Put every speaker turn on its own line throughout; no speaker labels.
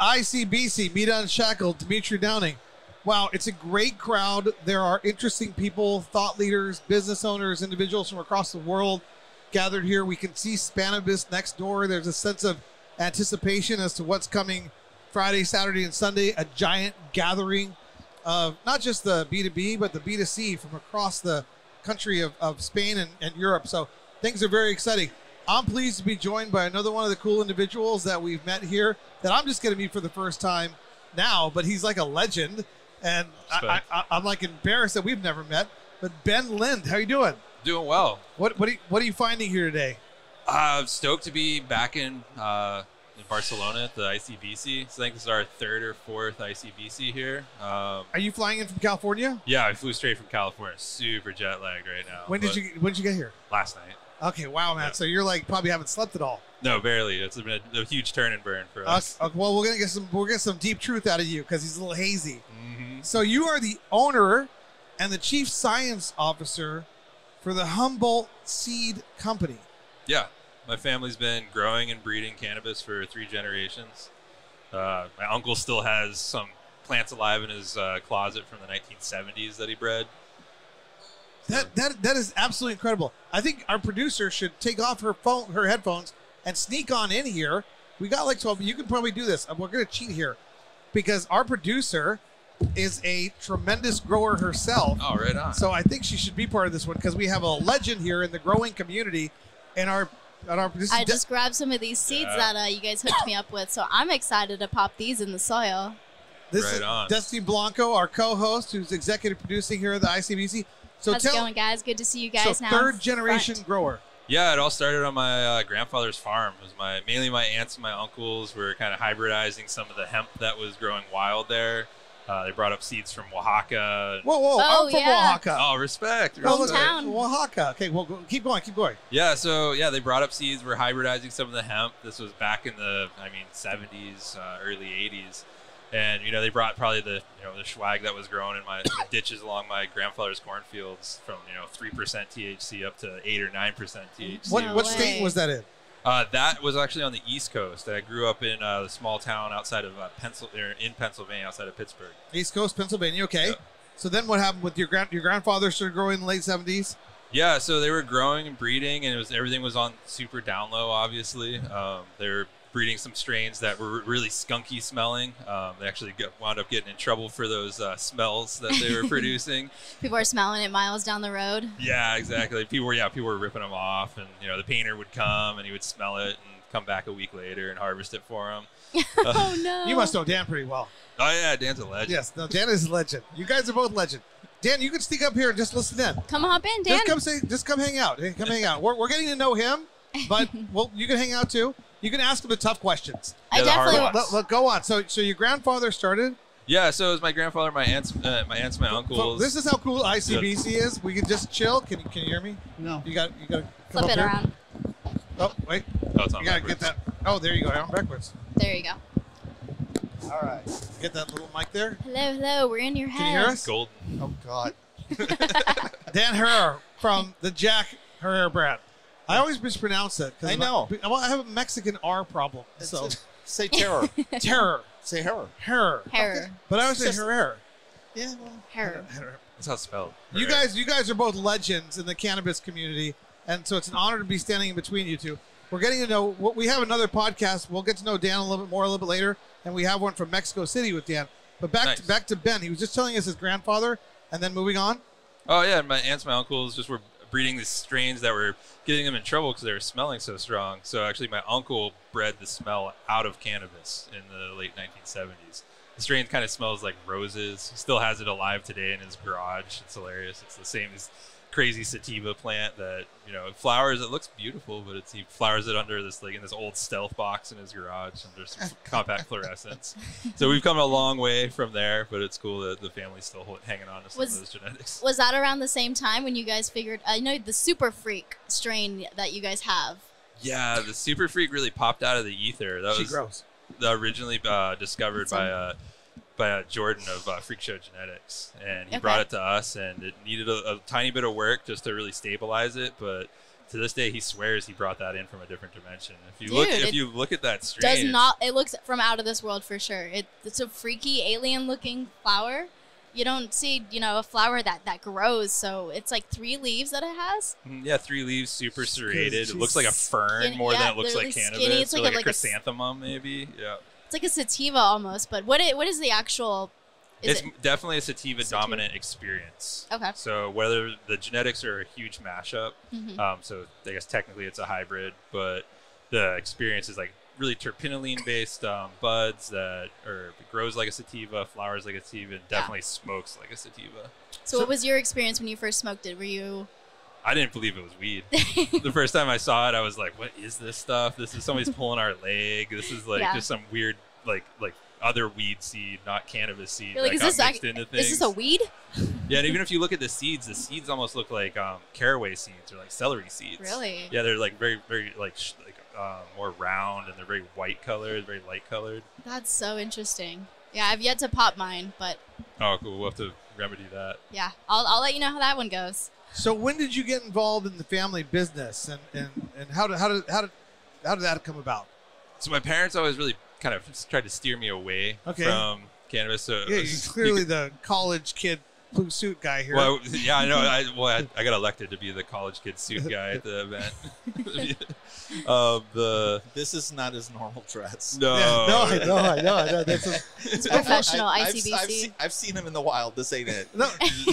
ICBC, Meet Unshackled, Dimitri Downing. Wow, it's a great crowd. There are interesting people, thought leaders, business owners, individuals from across the world gathered here. We can see Spanibus next door. There's a sense of anticipation as to what's coming Friday, Saturday, and Sunday. A giant gathering of not just the B2B, but the B2C from across the country of, of Spain and, and Europe. So things are very exciting. I'm pleased to be joined by another one of the cool individuals that we've met here that I'm just going to meet for the first time now, but he's like a legend. And I, I, I'm like embarrassed that we've never met. But Ben Lind, how you doing?
Doing well.
What what are you, what are you finding here today?
Uh, stoked to be back in uh, in Barcelona at the ICBC. So I think this is our third or fourth ICBC here. Um,
Are you flying in from California?
yeah, I flew straight from California. Super jet lagged right now.
When did
but
you when did you get here?
Last night.
Okay, wow, man.
Yeah.
So you're like probably haven't slept at all.
No, barely. It's been a, a huge turn and burn for
Uh,
us.
uh, well, we're gonna get some we're gonna get some deep truth out of you because he's a little hazy.
hmm
So you are the owner and the chief science officer for the Humboldt Seed Company.
Yeah, my family's been growing and breeding cannabis for three generations. Uh, my uncle still has some plants alive in his uh, closet from the 1970s that he bred.
That that that is absolutely incredible. I think our producer should take off her phone, her headphones, and sneak on in here. We got like twelve. You can probably do this. We're gonna cheat here, because our producer is a tremendous grower herself.
Oh, right on.
So I think she should be part of this one because we have a legend here in the growing community, and our and our this is
I
De-
just grabbed some of these seeds
Yeah.
that uh, you guys hooked me up with, so I'm excited to pop these in the soil.
this
Right
is
on.
Destiny Blanco, our co-host, who's executive producing here at the ICBC. So
How's
tell
it going, guys? Good to see you guys
so
now.
third generation grower.
Yeah, it all started on my uh, grandfather's farm. It was my mainly my aunts and my uncles were kind of hybridizing some of the hemp that was growing wild there. Uh, they brought up seeds from Oaxaca.
Whoa, whoa!
Oh,
I'm from
yeah.
Oaxaca.
Oh, respect.
Oh, look,
respect.
Hometown.
Oaxaca. Okay, well, go, keep going, keep going.
Yeah, so yeah, they brought up seeds. We're hybridizing some of the hemp. This was back in the, I mean, 70s, uh, early 80s, and you know they brought probably the, you know, the swag that was grown in my the ditches along my grandfather's cornfields from you know three percent THC up to eight or nine percent THC.
What,
No
what
way.
state was that in?
Uh, that was actually on the East Coast. I grew up in uh, a small town outside of uh, Pencil, er, in Pennsylvania, outside of Pittsburgh.
East Coast, Pennsylvania. Okay.
Yeah.
So then, what happened with your grand your grandfather started growing in the late seventies?
Yeah, so they were growing and breeding, and it was everything was on super down low. Obviously, um, they were breeding some strains that were really skunky smelling. Um, they actually got, wound up getting in trouble for those uh, smells that they were producing.
People are smelling it miles down the road.
Yeah, exactly. People were yeah, people were ripping them off, and you know the painter would come and he would smell it and come back a week later and harvest it for him.
Oh no!
You must know Dan pretty well.
Oh yeah, Dan's a legend.
Yes, no, Dan is a legend. You guys are both legend. Dan, you can sneak up here and just listen in.
Come hop in, Dan.
Just come say, just come hang out. Hey, Come hang out. We're, we're getting to know him, but well, you can hang out too. You can ask him the tough questions.
I
Yeah, the hard
definitely.
one.
Let, let- go on. So, so your grandfather started.
Yeah, so it was my grandfather, my aunts, uh, my aunts, my
So
uncles.
this is how cool ICBC is. We can just chill. Can you can you hear me?
No.
You got you got to come
Flip
up
it
here.
around.
Oh wait,
oh, it's on
you gotta get
backwards.
that. Oh, there you go. I'm backwards.
There you go.
All right.
Get that little mic there.
Hello, hello. We're in your head.
Can you hear us?
Golden.
Oh God.
Dan Herrera from the Jack Herrera brand. I always mispronounce it. 'cause
I
my-
know.
well, I have a Mexican R problem.
It's
So
just- say terror.
terror,
say terror.
Herrera.
Hair,
But I always say
Just-
Herrera.
Yeah. Well,
hair.
Herrera.
That's how it's spelled.
You
Right.
guys, you guys are both legends in the cannabis community, and so it's an honor to be standing in between you two. We're getting to know. What we have another podcast. We'll get to know Dan a little bit more a little bit later, and we have one from Mexico City with Dan. But back
Nice.
to, back to Ben. He was just telling us his grandfather, and then moving on.
Oh yeah, and my aunts, my uncles just were breeding these strains that were getting them in trouble because they were smelling so strong. So actually, my uncle bred the smell out of cannabis in the late 1970s. The strain kind of smells like roses. He still has it alive today in his garage. It's hilarious. It's the same as crazy sativa plant that you know it flowers. It looks beautiful, but it's he flowers it under this like in this old stealth box in his garage under some compact fluorescence. So we've come a long way from there, but it's cool that the family's still hol- hanging on to some
Was-
of those genetics.
Was that around the same time when you guys figured? I know the super freak strain that you guys have.
Yeah, the super freak really popped out of the ether. That
she
was
grows.
the originally uh, discovered
That's
by uh, by uh, Jordan of uh, Freak Show Genetics, and he
Okay.
brought it to us. And it needed a, a tiny bit of work just to really stabilize it, but to this day, he swears he brought that in from a different dimension. If you look,
Dude,
if
it
you look at that strain,
Does
it's-
not. It looks from out of this world for sure. It, it's a freaky alien-looking flower. You don't see, you know, a flower that that grows. So it's like three leaves that it has.
Mm, Yeah, three leaves, super serrated. It
she's
looks like a fern
skinny-
more
yeah,
than it looks like
literally
cannabis,
skinny. It's
or
like
like, a,
a- like a s-
chrysanthemum, maybe. Yeah,
It's like a sativa almost. But what it, what is the actual? Is
it's
it
definitely a sativa,
Sativa.
dominant experience.
okay?
So whether the genetics are a huge mashup,
Mm-hmm.
hmm
um, so I guess technically it's a hybrid, but the experience is like really terpenoline based um, buds that or grows like a sativa, flowers like a sativa, and
Yeah.
definitely smokes like a sativa.
So,
so-
what was your experience when you first smoked it? Were you?
I didn't believe it was weed. the first time I saw it, I was like, "What is this stuff? This is somebody's pulling our leg. This is like
Yeah.
just some weird like like other weed seed, not cannabis seed.
You're like,
that
"Is this
got
ac-
mixed into things.
Is this a weed?
yeah, and even if you look at the seeds, the seeds almost look like um, caraway seeds or like celery seeds.
Really?
Yeah, they're like very very like sh- like um, more round and they're very white colored, very light colored.
That's so interesting. Yeah, I've yet to pop mine, but
Oh, cool. We'll have to remedy that.
yeah, I'll, I'll let you know how that one goes.
So when did you get involved in the family business, and and and how did how did how did how did that come about?
So my parents always really kind of just tried to steer me away
Okay.
from cannabis. So it
Yeah,
was-
you're clearly the college kid blue suit guy here.
Well, I- yeah, I know. I, well, I, I got elected to be the college kid suit guy at the event. um, the
This is not his normal dress.
no,
yeah, no,
uh,
I know, I know, I know. That's a,
It's professional
I- I've-
ICBC.
I've, seen, I've seen him in the wild. This ain't it.
no,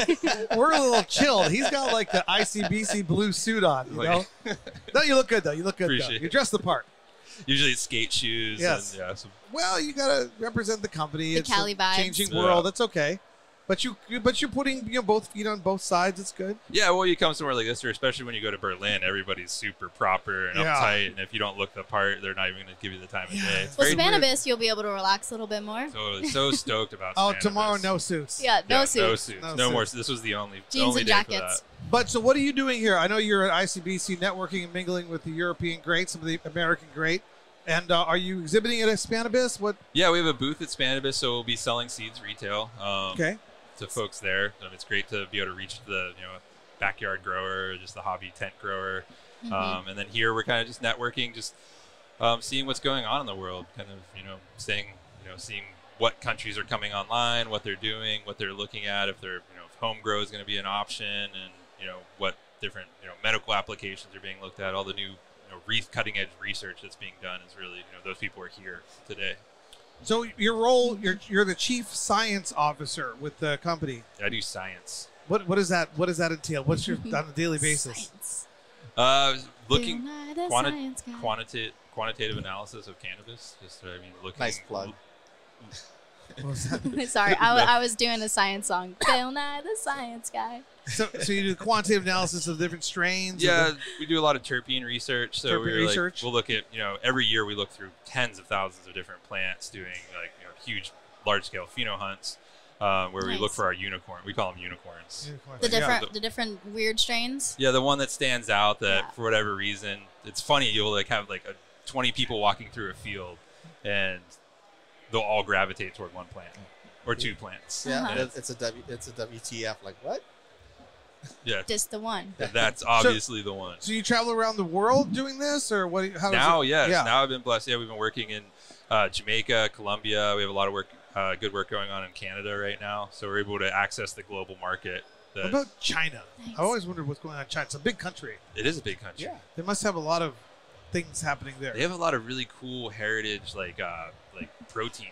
we're a little chilled. He's got like the ICBC blue suit on, you know.
Like-
No, you look good though. You look good. Though.
Appreciate
You dress the part.
usually it's skate shoes.
Yes.
And, yeah, some
Well, you gotta represent the company.
The
it's
Cali
a
vibes.
changing
Yeah.
world. That's okay. But you, you- but you're putting you know both feet on both sides. It's good.
Yeah, well, you come somewhere like this, or especially when you go to Berlin, everybody's super proper and
Yeah.
uptight, and if you don't look the part, they're not even going to give you the time of
Yeah.
day. It's
well,
very weird.
Spanibus, you'll be able to relax a little bit more.
Totally, so stoked about.
Oh,
Spanibus.
tomorrow no suits.
Yeah, no
Yeah,
suit.
no suits,
No
no, more.
suits.
This was the only the
Jeans
only
and
day for that.
jackets.
But so, what are you doing here? I know you're at ICBC networking and mingling with the European great, some of the American great, and uh, are you exhibiting at Hispanibus? What?
Yeah, we have a booth at Spanibus, so we'll be selling seeds retail. Um,
Okay,
to folks there. Um, it's great to be able to reach the you know backyard grower, or just the hobby tent grower,
Mhm.
Mm-hmm.
um, and then here we're kind of just networking, just um, seeing what's going on in the world, kind of you know saying you know seeing what countries are coming online, what they're doing, what they're looking at, if they're you know if home grow is going to be an option, and you know what different you know medical applications are being looked at, all the new you know, re- cutting edge research that's being done is really you know those people are here today.
so your role, you're you're the chief science officer with the company.
I do science.
What what is that? What does that entail? What's your on a daily basis?
Science.
Uh, looking
You're not a
quanti-
science guy.
quantitative quantitative analysis of cannabis. Just I mean, looking.
Nice plug.
What was that?
Sorry, I, w-
No.
I was doing a science song. Bill Nye the Science Guy.
So, so you do quantitative analysis of different strains. of
Yeah,
the-
we do a lot of terpene research. So
Terpene
we're like-
research.
we'll look at you know every year we look through tens of thousands of different plants, doing like you know huge, large scale pheno hunts, uh, where we look
Nice.
for our unicorn. We call them unicorns.
The
Yeah.
different,
the-
the different weird strains.
Yeah, the one that stands out that
Yeah.
for whatever reason, it's funny. You'll like have like a, 20 people walking through a field, and they'll all gravitate toward one plant or two plants.
Yeah,
Uh-huh.
it's- it's a W. It's a WTF. Like what?
Yeah,
Just the one.
and that's obviously the one.
So you travel around the world doing this, or what? How does
now, yes.
Yeah.
Now I've been blessed. Yeah, we've been working in uh, Jamaica, Colombia. We have a lot of work, uh, good work going on in Canada right now. So we're able to access the global market.
it, what
That
about China?
Thanks.
I always wondered what's going on in China. It's a big country.
it is a big country.
They must have a lot of things happening there.
They have a lot of really cool heritage, like uh, like protein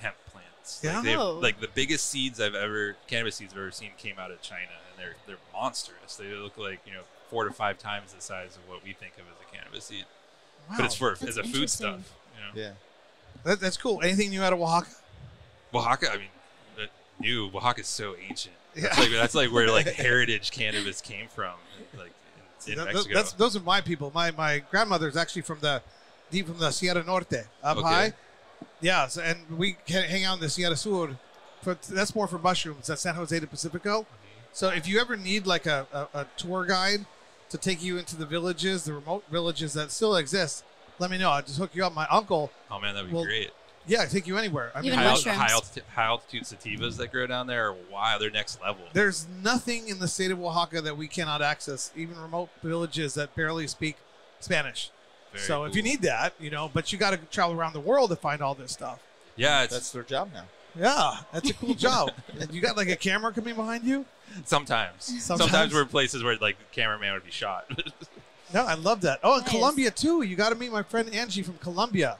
hemp plants. Like,
Yeah.
they have-
Oh.
like the biggest seeds I've ever cannabis seeds I've ever seen came out of China, and they're they're monstrous. They look like you know four to five times the size of what we think of as a cannabis seed,
Wow.
but it's for
That's
as a food
interesting.
stuff. You know?
Yeah.
That, that's cool. Anything new out of Oaxaca?
Oaxaca, I mean, uh, new Oaxaca is so ancient. That's,
Yeah.
like, that's like where like heritage cannabis came from, like in, in
Th- th-
Mexico.
that's- those are my people. My my grandmother's actually from the deep from the Sierra Norte up
Okay.
high. Yeah, so, and we can hang out in the Sierra Sur. But that's more for mushrooms. That's San Jose de Pacifico.
Mm-hmm.
So if you ever need like a, a, a tour guide to take you into the villages, the remote villages that still exist, let me know. I'll just hook you up. My uncle
oh man, that'd be
Well,
great.
Yeah, take you anywhere. I
Even
mean,
high,
mushrooms.
high, altitude, high altitude sativas that grow down there are wow, they're next level.
there's nothing in the state of Oaxaca that we cannot access, even remote villages that barely speak Spanish.
Very
so if you
cool.
need that, you know, but you got to travel around the world to find all this stuff.
yeah, it's
That's their job now.
Yeah, that's a cool job. You got like a camera coming behind you?
sometimes. sometimes
Sometimes.
we're in places where like the cameraman would be shot.
No, I love that. Oh, and
Nice.
Colombia too. You got to meet my friend Angie from Colombia.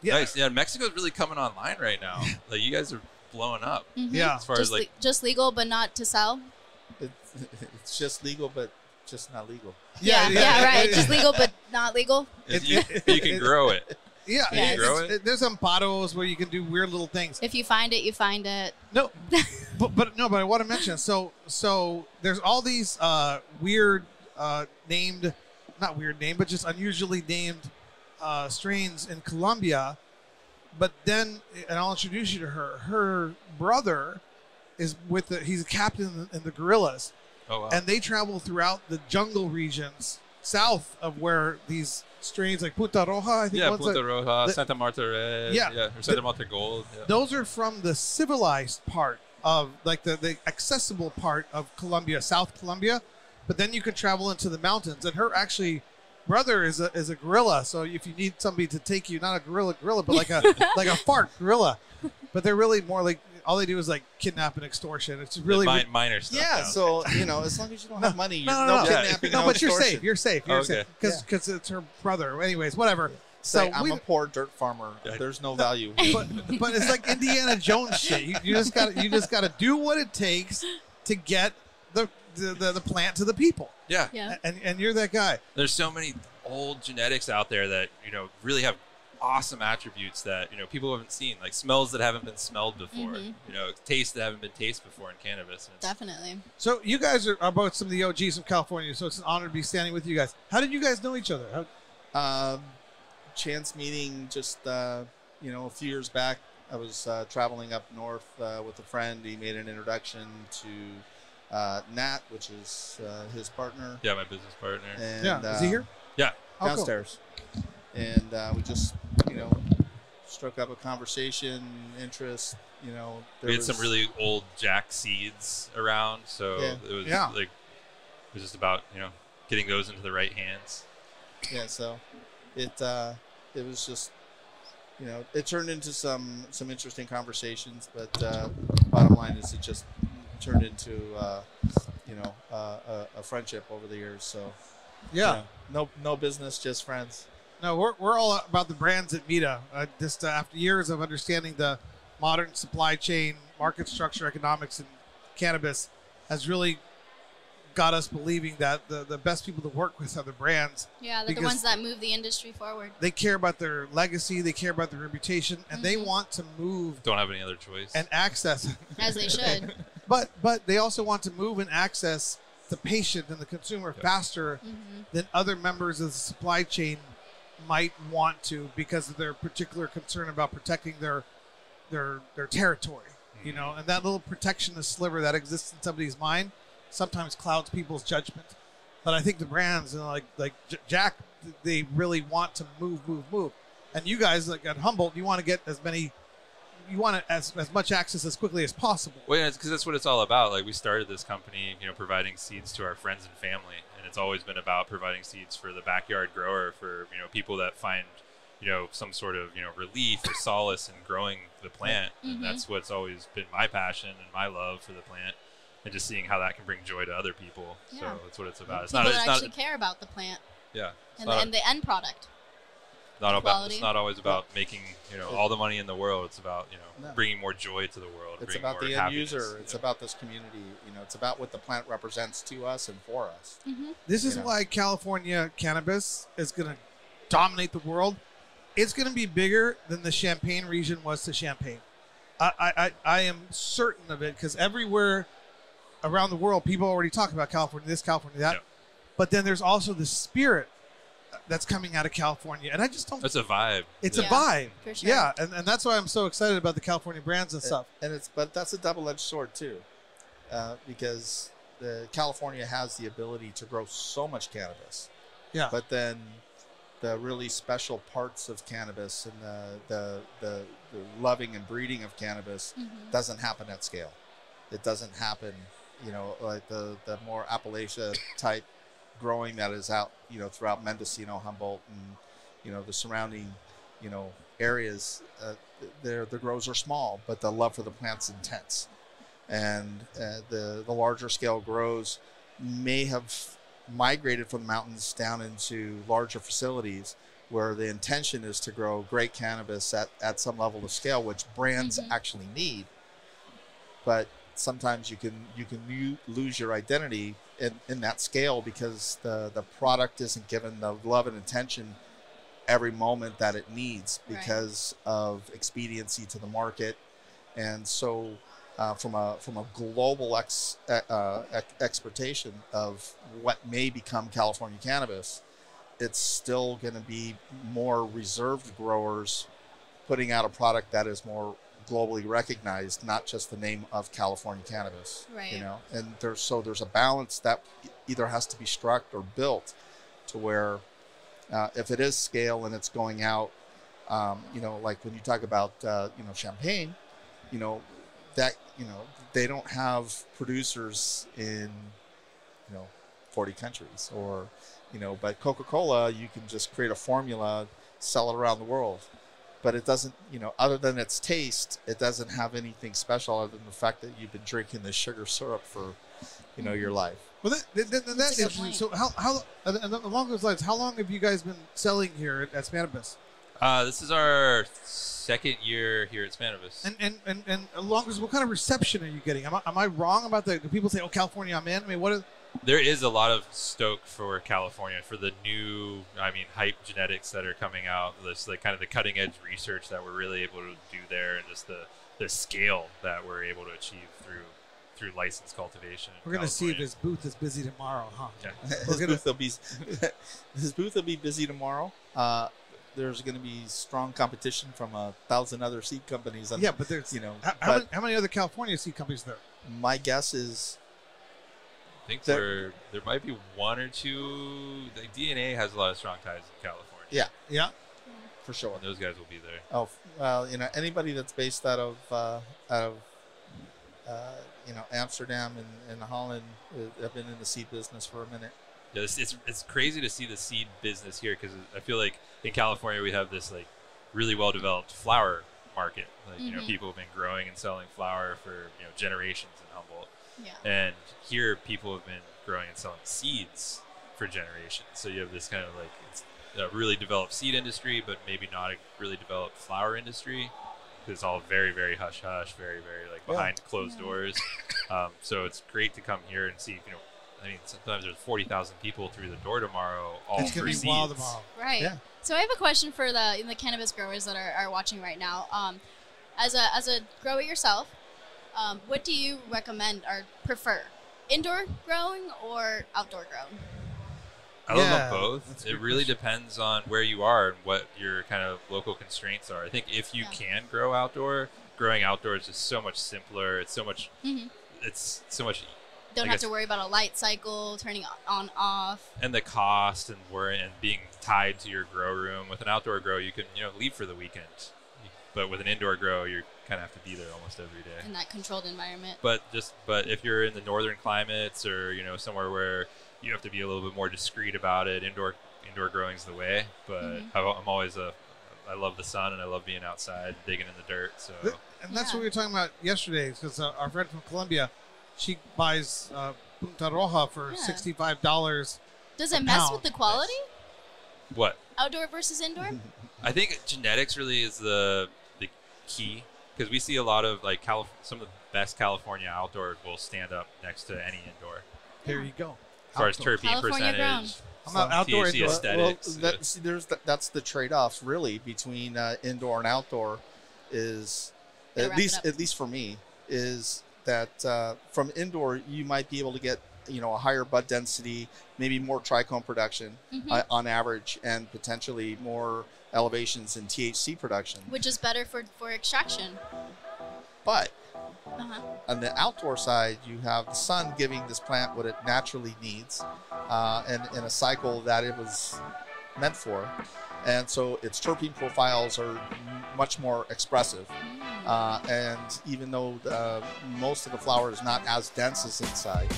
Yeah,
Nice. Yeah, Mexico's really coming online right now. Like you guys are blowing up
Mhm.
yeah.
as far
Just,
as like
le- just legal, but not to sell.
It's, it's just legal, but just not legal.
Yeah,
Yeah,
yeah,
yeah,
yeah.
right. Just legal, but not legal.
It-
you, you can grow it.
Yeah,
Yeah,
it's-
grow it?
it- there's amparos where you can do weird little things.
If you find it, you find it.
No, but, but no, but I want to mention. So so there's all these uh, weird uh, named, not weird name, but just unusually named uh, strains in Colombia. But then, and I'll introduce you to her. Her brother is with the. He's a captain in the, in the guerrillas,
Oh wow.
and they travel throughout the jungle regions south of where these strains like Punta Roja. I think
yeah,
one's
Punta
like-
Roja,
the-
Santa Marta Red,
Yeah.
yeah, or Santa Marta Gold. Yeah.
those are from the civilized part of like the, the accessible part of Colombia, South Colombia. But then you can travel into the mountains. And her actually brother is a is a gorilla. So if you need somebody to take you, not a gorilla gorilla, but like a like a fart gorilla. But they're really more like all they do is like kidnap and extortion. It's
The
really
mi- minor stuff.
Yeah,
now.
so you know, as long as you don't have money, you're
no,
no,
no, no.
kidnapping.
no, but you're
extortion.
safe. You're safe. You're
Okay.
safe because it's her brother. Anyways, whatever.
So
So
like, I'm
we-
a poor dirt farmer.
Yeah.
There's no value. here.
but but it's like Indiana Jones shit. You, you just got to you just got to do what it takes to get the the, the, the plant to the people.
yeah,
Yeah.
And and you're that guy.
there's so many old genetics out there that you know really have awesome attributes that you know people haven't seen, like smells that haven't been smelled before,
Mm-hmm.
Mhm.
you know, tastes that haven't been tasted before in cannabis. And it's-
Definitely.
So you guys are, are both some of the OGs from California. So it's an honor to be standing with you guys. How did you guys know each other? How,
Um, chance meeting just uh, you know a few years back. I was uh, traveling up north uh, with a friend. He made an introduction to uh, Nat, which is uh, his partner.
yeah, my business partner.
And,
yeah, is he
um,
here?
yeah.
Oh, cool.
downstairs. And uh, we just, you know, struck up a conversation, interest, you know. there
we had
was-
some really old jack seeds around, so
Yeah.
it was
Yeah.
like it was just about you know getting those into the right hands.
Yeah, so it uh, it was just, you know, it turned into some some interesting conversations, but uh, bottom line is it just turned into, uh, you know, uh, a, a friendship over the years. So
Yeah.
you know, no no business, just friends.
No, we're, we're all about the brands at Mita. Uh, just uh, after years of understanding the modern supply chain, market structure, economics, and cannabis has really got us believing that the, the best people to work with are the brands
Yeah, they're
Because-
the ones that move the industry forward.
they care about their legacy, they care about their reputation, and they
Mhm.
want to move
Don't have any other choice.
and access.
As they should.
But but they also want to move and access the patient and the consumer
Yeah.
faster
hmm
than other members of the supply chain might want to because of their particular concern about protecting their their their territory. You know, and that little protectionist sliver that exists in somebody's mind sometimes clouds people's judgment. But I think the brands, you know, like like J- Jack, they really want to move, move, move. And you guys, like at Humboldt, you want to get as many, you want to, as as much access as quickly as possible.
Well, yeah, because that's what it's all about. Like we started this company, you know, providing seeds to our friends and family, and it's always been about providing seeds for the backyard grower, for you know people that find, you know, some sort of you know relief or solace in growing the plant,
Mhm.
and that's what's always been my passion and my love for the plant, and just seeing how that can bring joy to other people.
Yeah.
So that's what it's about. It's
People
not. It's
that
not.
actually care about the plant
Yeah. It's
and,
not,
the, and the end product.
not about.
quality.
It's not always about making you know all the money in the world. It's about you know
No.
bringing more joy to the world.
It's
bringing
about
more
the end
happiness,
user.
you
It's
know.
about this community. You know, it's about what the plant represents to us and for us.
hmm
This is
Yeah.
why California cannabis is going to dominate the world. It's going to be bigger than the Champagne region was to Champagne. I, I, I, I am certain of it because everywhere around the world, people already talk about California, this, California, that.
Yeah.
But then there's also the spirit that's coming out of California. And I just don't,
It's a vibe.
it's a
Yeah.
vibe.
For sure.
Yeah. And, and that's why I'm so excited about the California brands and stuff.
and it's but that's a double-edged sword too, uh, because the California has the ability to grow so much cannabis.
Yeah.
But then, the really special parts of cannabis and the the the, the loving and breeding of cannabis
Mhm.
doesn't happen at scale. It doesn't happen, you know, like the the more Appalachia type growing that is out, you know, throughout Mendocino, Humboldt, and you know the surrounding, you know, areas. Uh, their the grows are small, but the love for the plant's intense, and uh, the the larger scale grows may have migrated from the mountains down into larger facilities where the intention is to grow great cannabis at, at some level of scale which brands
Mhm.
actually need but sometimes you can you can u- lose your identity in, in that scale because the the product isn't given the love and attention every moment that it needs
Right.
because of expediency to the market and so uh, from a from a global ex, uh, uh, ex- exportation of what may become California cannabis, it's still going to be more reserved growers putting out a product that is more globally recognized, not just the name of California cannabis.
Right.
You know, and there's so there's a balance that e- either has to be struck or built to where uh, if it is scale and it's going out, um, you know, like when you talk about uh, you know champagne, you know that you know they don't have producers in you know 40 countries or you know but coca-cola you can just create a formula sell it around the world but it doesn't you know other than its taste it doesn't have anything special other than the fact that you've been drinking this sugar syrup for you know
Mm-hmm.
your life
Well, that, that, that,
That's a
that's
good
interesting.
point.
So, how, how and- and along those lines, how long have you guys been selling here at, at Spanibus?
Uh, this is our second year here at Spanibus.
And and and and along those, what kind of reception are you getting? Am I, am I wrong about that? Do people say, "Oh, California, I'm in"? I mean, what is
there is a lot of stoke for California for the new, I mean, hype genetics that are coming out. This like kind of the cutting edge research that we're really able to do there, and just the the scale that we're able to achieve through through licensed cultivation. in
we're gonna see if
California.
his booth is busy tomorrow, huh?
Yeah.
his booth will be his booth will be busy tomorrow uh, there's going to be strong competition from a thousand other seed companies on
Yeah, but there's
you know
how, how,
but
many, how many other California seed companies are there?
my guess is
I think
There-
there there might be one or two. Like DNA has a lot of strong ties in California.
Yeah.
Yeah,
for sure
and those guys will be there.
Oh well, you know anybody that's based out of uh, out of uh, you know Amsterdam and, and Holland uh, have been in the seed business for a minute.
Yeah, it's, it's, it's crazy to see the seed business here because I feel like in California we have this like really well developed flower market. Like you know,
Mhm.
people have been growing and selling flower for you know generations in Humboldt,
Yeah.
and here people have been growing and selling seeds for generations. So you have this kind of like it's a really developed seed industry, but maybe not a really developed flower industry. 'cause It's all very, very hush hush, very, very like
Yeah.
behind closed
Yeah.
doors. Um, so it's great to come here and see, you know, I mean, sometimes there's 40,000 people through the door tomorrow, all
it's
for
gonna be
seeds.
wild tomorrow.
Right.
Yeah.
So I have a question for the the cannabis growers that are, are watching right now. Um, as a as a grower yourself, um, what do you recommend or prefer? Indoor growing or outdoor growing?
I love
Yeah,
them both.
that's a
It
good
really depends on where you are and what your kind of local constraints are. I think if you
Yeah.
can grow outdoor, growing outdoors is so much simpler. It's so much,
Mhm.
it's so much,
Don't
I
have
guess-
to worry about a light cycle, turning on, on off.
and the cost and where and being tied to your grow room. With an outdoor grow, you can, you know, leave for the weekend. But with an indoor grow, you kind of have to be there almost every day.
in that controlled environment.
but just but if you're in the northern climates or you know somewhere where you have to be a little bit more discreet about it indoor indoor growing's the way but
Mhm.
I, i'm always a i love the sun and i love being outside digging in the dirt so
Th- And that's
Yeah.
what we were talking about yesterday, because uh, our friend from Colombia, she buys uh, Punta Roja for
Yeah.
sixty-five dollars.
Does
a
it mess
pound.
with the quality?
what
Outdoor versus indoor?
i think genetics really is the the key because we see a lot of like Calif- some of the best california outdoor will stand up next to any indoor
There you go.
as far as
Outdoor.
terpene
California grown.
percentage
I'm not outdoor.
THC
indoor.
is aesthetics.
Well, that, see, there's the, that's the trade-offs really between uh, indoor and outdoor. Is
Yeah,
at
wrap it
least
up.
at least for me is that uh, from indoor you might be able to get you know a higher bud density, maybe more trichome production
Mhm.
uh, on average, and potentially more elevations in THC production.
Which is better for, for extraction.
But
Uh-huh.
on the outdoor side, you have the sun giving this plant what it naturally needs, uh, and in a cycle that it was meant for, and so its terpene profiles are m- much more expressive.
Mm.
Uh, and even though the, most of the flower is not as dense as inside,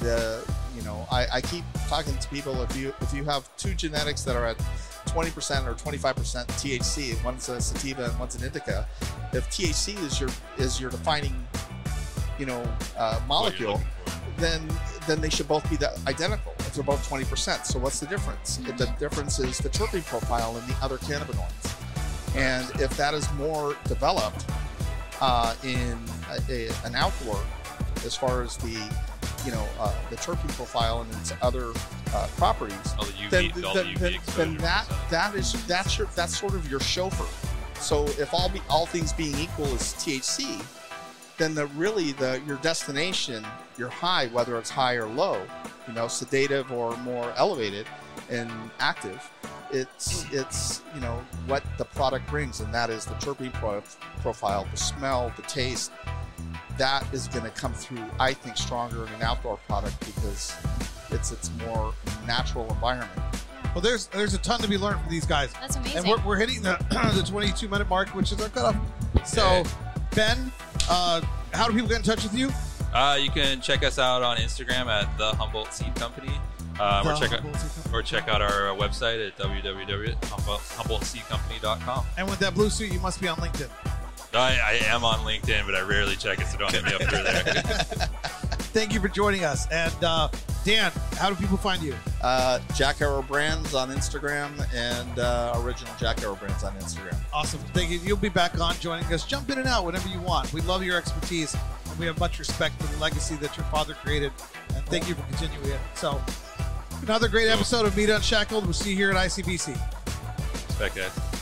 the you know I, I keep talking to people if you if you have two genetics that are at 20% or 25% THC, and one's a sativa and one's an indica. If THC is your is your defining, you know, uh,
What you're
molecule,
looking for.
then then they should both be the, identical if they're both 20%. So what's the difference? If The difference is the terpene profile in the other cannabinoids. And if that is more developed uh, in a, a, an outdoor, as far as the you know uh, the terpene profile and its other uh, properties,
All the UV,
then,
all
then,
the UV
then,
exposure.
then that
and stuff.
that is that's your that's sort of your chauffeur. So if all be, all things being equal is THC, then the really the your destination, your high, whether it's high or low, you know, sedative or more elevated and active, it's it's you know what the product brings, and that is the terpene pro- profile, the smell, the taste. That is going to come through, I think, stronger in an outdoor product because it's its more natural environment.
Well, there's there's a ton to be learned from these guys.
That's amazing.
And we're, we're hitting the, the 22 minute mark, which is our cutoff. So,
Yeah.
Ben, uh, how do people get in touch with you?
Uh, you can check us out on Instagram at the Humboldt Seed Company, uh, or
The
check out
Humboldt Seed Company.
or check out our uh, website at www.humboldtseedcompany.com.
And with that blue suit, you must be on LinkedIn.
I, I am on LinkedIn, but I rarely check it, so don't hit me up through there.
Thank you for joining us. And uh, Dan, how do people find you?
uh, Jack Arrow Brands on Instagram and uh, original Jack Arrow Brands on Instagram.
Awesome. Thank you. You'll be back on joining us. Jump in and out whenever you want. We love your expertise. And we have much respect for the legacy that your father created. And thank you for continuing it. So, another great episode of Meet Unshackled. We'll see you here at ICBC.
Respect, guys.